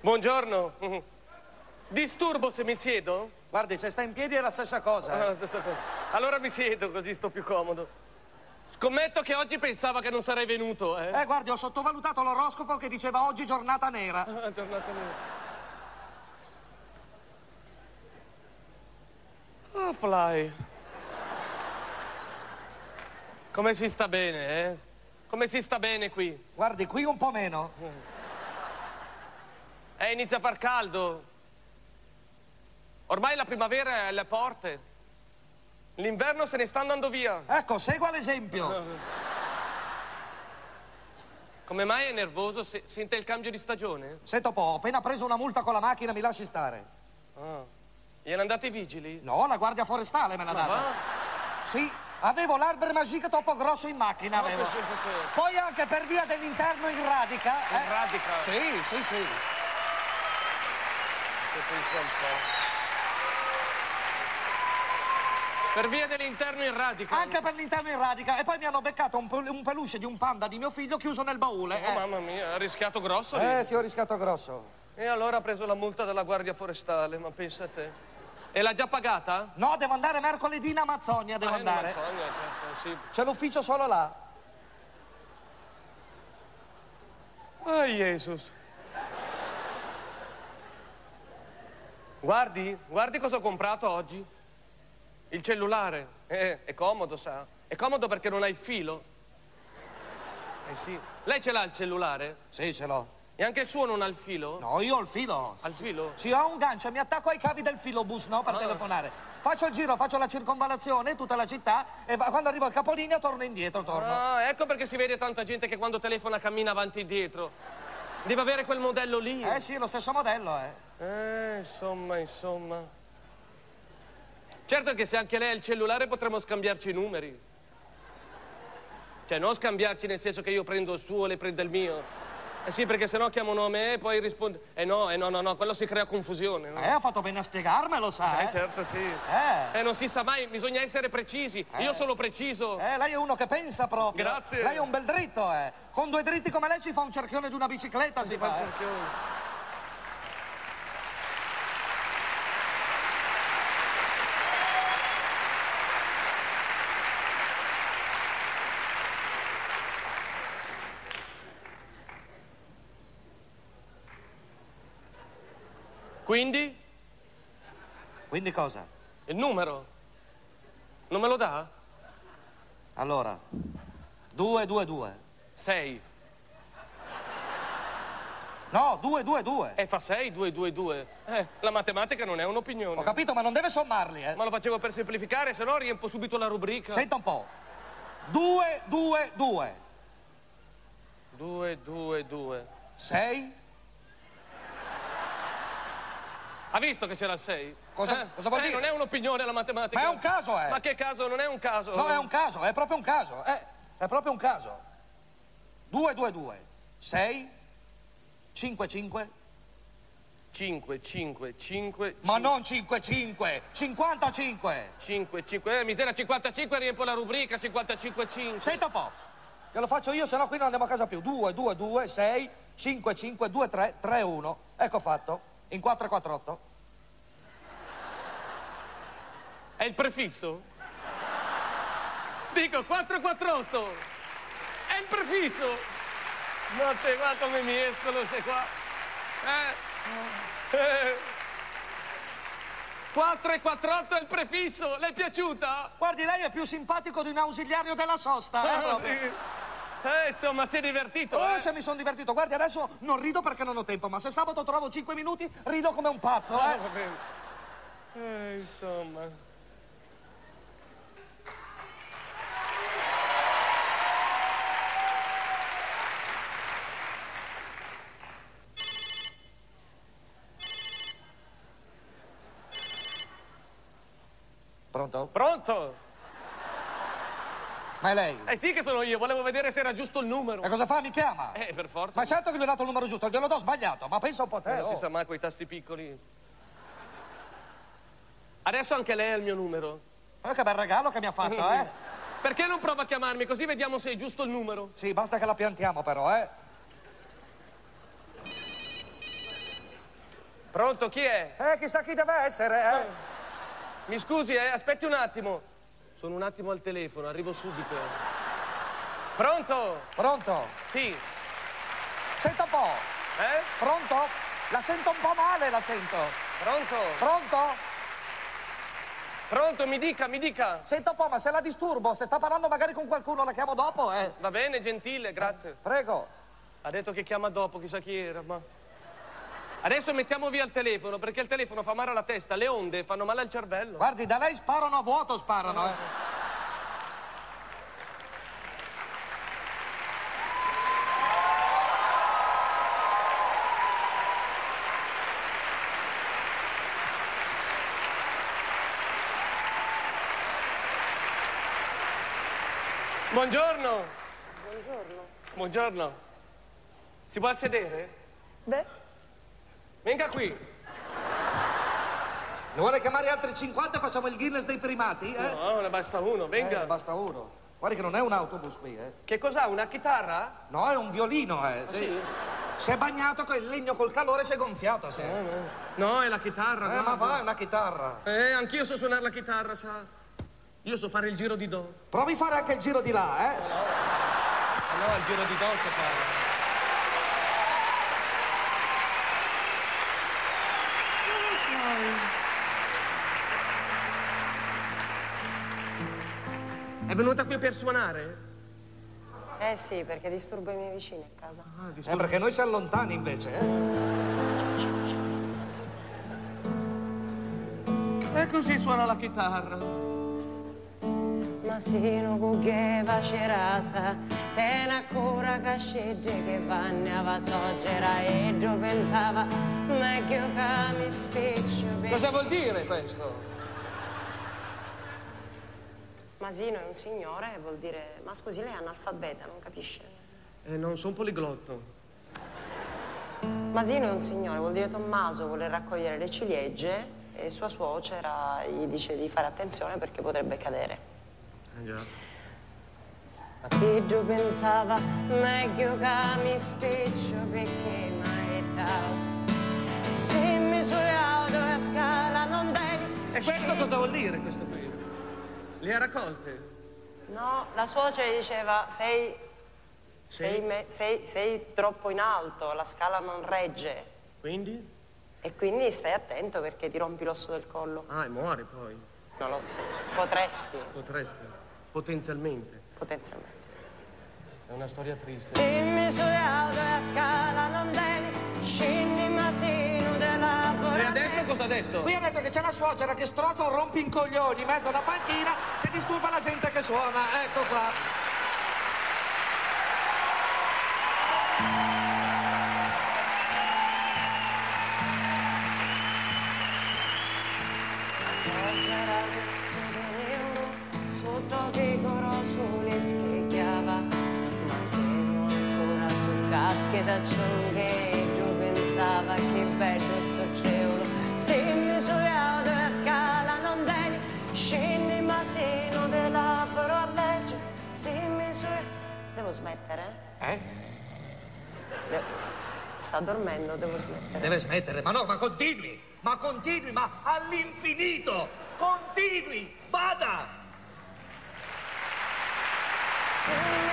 Buongiorno. Disturbo se mi siedo? Guardi, se sta in piedi è la stessa cosa. eh. Ah, stessa cosa. Allora mi siedo così sto più comodo. Scommetto che oggi pensava che non sarei venuto, eh. Eh, guardi, ho sottovalutato l'oroscopo che diceva oggi giornata nera. Ah, giornata mia. Ah, Fly. Come si sta bene, eh? Come si sta bene qui? Guardi, qui un po' meno. Eh, inizia a far caldo. Ormai la primavera è alle porte. L'inverno se ne sta andando via. Ecco, segua l'esempio. Come mai è nervoso? Se- sente il cambio di stagione? Senta un po', ho appena preso una multa con la macchina, mi lasci stare. Ah. Gliel'hanno andati i vigili? No, la guardia forestale me l'ha data. Ah, Sì, avevo l'albero magico troppo grosso in macchina, Eh. avevo. Poi anche per via dell'interno in radica. eh. In radica? Sì, sì, sì. che pensa un po'. Per via dell'interno in radica. Anche per l'interno in radica. E poi mi hanno beccato un, pel- un peluche di un panda di mio figlio chiuso nel baule. Oh, eh. mamma mia, ha rischiato grosso lì. Eh, sì, ho rischiato grosso. E allora ha preso la multa della guardia forestale, ma pensa a te. E l'ha già pagata? No, devo andare mercoledì in Amazzonia, devo Eh, non andare. so, eh, certo, sì. C'è l'ufficio solo là. Ah, Jesus. Guardi, guardi cosa ho comprato oggi. Il cellulare. Eh, è comodo, sa. È comodo perché non ha il filo. Eh sì. Lei ce l'ha il cellulare? Sì, ce l'ho. E anche il suo non ha il filo? No, io ho il filo. Al filo? Sì, ho un gancio, mi attacco ai cavi del filobus, no, Ah. per telefonare. Faccio il giro, faccio la circonvallazione, tutta la città, e va- quando arrivo al capolinea torno indietro, torno. Ah, ecco perché si vede tanta gente che quando telefona cammina avanti e dietro. Deve avere quel modello lì. Eh sì, è lo stesso modello, eh. Eh, insomma, insomma. Certo che se anche lei ha il cellulare potremmo scambiarci i numeri. Cioè, non scambiarci nel senso che io prendo il suo e lei prende il mio. Eh sì, perché sennò chiamano a me e poi risponde. Eh no, eh no, no, no, quello si crea confusione. No? Eh, ha fatto bene a spiegarmelo, sa. Eh, Eh, certo, sì. eh. Eh, non si sa mai, bisogna essere precisi. Io sono preciso. Eh, lei è uno che pensa proprio. Grazie. Lei è un bel dritto, eh. Con due dritti come lei si fa un cerchione di una bicicletta, si fa. eh. Quindi? eh. Quindi cosa? Il numero? Non me lo dà? Allora, due, due, due. Sei. No, due, due, due. E Eh, fa 6, 2, 2, 2. Eh, la matematica non è un'opinione. Ho capito, ma non deve sommarli, eh. Ma lo facevo per semplificare, se no riempo subito la rubrica. Senta un po'. Due, due, due. 2, 2, 2. Sei? Ha visto che c'era il 6? Cosa- cosa vuol dire? non è un'opinione la matematica. Ma è un caso, eh. Ma che caso? Non è un caso. No, è un caso, è proprio un caso. È, è proprio un caso. 2, 2, 2, 6, 5, 5, 5, 5, 5. ma non 5, 5, 55. 5, 5. Eh, misera, 55 riempo la rubrica, 55, 5. Senta un po', che lo faccio io, sennò qui non andiamo a casa più. 2, 2, 2, 6, 5, 5, 2, 3, 3, 1. Ecco fatto, in 4, 4, 8. È il prefisso? Dico 448! È il prefisso! Ma te qua come mi escono se qua. Eh. Eh. 448 è il prefisso! Le è piaciuta? Guardi, lei è più simpatico di un ausiliario della sosta. Eh, Ah, proprio. sì. Eh, insomma, si è divertito, Oh, eh? se mi sono divertito, guardi, adesso non rido perché non ho tempo, ma se sabato trovo 5 minuti, rido come un pazzo, Ah, eh. va bene. Eh, insomma. Pronto? Pronto? Ma è lei? Eh sì che sono io, volevo vedere se era giusto il numero. E cosa fa? Mi chiama? Eh, per forza. Ma certo che gli ho dato il numero giusto, glielo do sbagliato, ma pensa un po' a te. Eh, non oh. si sa mai quei tasti piccoli. Adesso anche lei ha il mio numero. Ma Eh, che bel regalo che mi ha Ah, fatto, eh? Perché non prova a chiamarmi così vediamo se è giusto il numero? Sì, basta che la piantiamo però, eh. Pronto, chi è? Eh, chissà chi deve essere, eh. Mi scusi, eh, aspetti un attimo. Sono un attimo al telefono, arrivo subito. Pronto? Pronto? Sì. Senta un po'. Eh? Pronto? La sento un po' male, la sento. Pronto? Pronto? Pronto, mi dica, mi dica. Senta un po', ma se la disturbo, se sta parlando magari con qualcuno, la chiamo dopo, eh. Va bene, gentile, grazie. Prego. Ha detto che chiama dopo, chissà chi era, ma... Adesso mettiamo via il telefono, perché il telefono fa male alla testa, le onde fanno male al cervello. Guardi, da lei sparano a vuoto, sparano, eh. Buongiorno, Buongiorno. buongiorno. Si può sedere? Beh, Venga qui. Ne vuole chiamare altri 50 e facciamo il Guinness dei primati, eh? No, ne basta uno, venga. Eh, basta uno. Guardi che non è un autobus qui, eh. Che cos'ha, una chitarra? No, è un violino, eh. Ah, sì. Si è bagnato con il legno col calore si è gonfiato, sì. Eh, No, è la chitarra, ma guarda. va, è una chitarra. Eh, anch'io so suonare la chitarra, sa. Io so fare il giro di do. Provi a fare anche il giro di là, eh. Ah no, il giro di do so fare. È venuta qui per suonare? eh sì, perché disturbo i miei vicini a casa. Eh, perché noi si allontani invece, eh. E così suona la chitarra. Masino gugheva cerasa, tena cura cascegge che vannava soggera e io pensava, meglio che mi spiccio per... Cosa vuol dire questo? Masino è un signore, vuol dire, ma scusi, lei è analfabeta, non capisce? Eh, non sono poliglotto. Masino è un signore, vuol dire Tommaso vuole raccogliere le ciliegie e sua suocera gli dice di fare attenzione perché potrebbe cadere. Eh già. Io pensava meglio che mi spiccio perché mai tau. Se mi sulle auto a scala non vedi. E questo cosa vuol dire questo qui? Le ha raccolte? No, la suocera gli diceva sei, sei me- sei- sei troppo in alto, la scala non regge. Quindi? E quindi stai attento perché ti rompi l'osso del collo. Ah, e muore poi. Non lo so, potresti, Potreste. Potenzialmente. potenzialmente. È una storia triste. Se mi sulle auto a scala non vedi, scendi masino della E borrata. adesso cosa ha detto? Qui ha detto che c'è la suocera che strozza un rompicoglioni in mezzo a una panchina che disturba la gente che suona. Ecco qua. C'era vissuto nero sotto picoro sole specchiava, ma se non ancora su cascheda ciunghe e giù pensava che bello sto cielo. Se mi soleavo della scala non vedi, scendi ma se non te labbro a legge, se mi soleavo... Devo smettere? Eh? De- Sta dormendo, devo smettere. Deve smettere, ma no, ma continui, ma continui, ma all'infinito, continui, vada! Se mi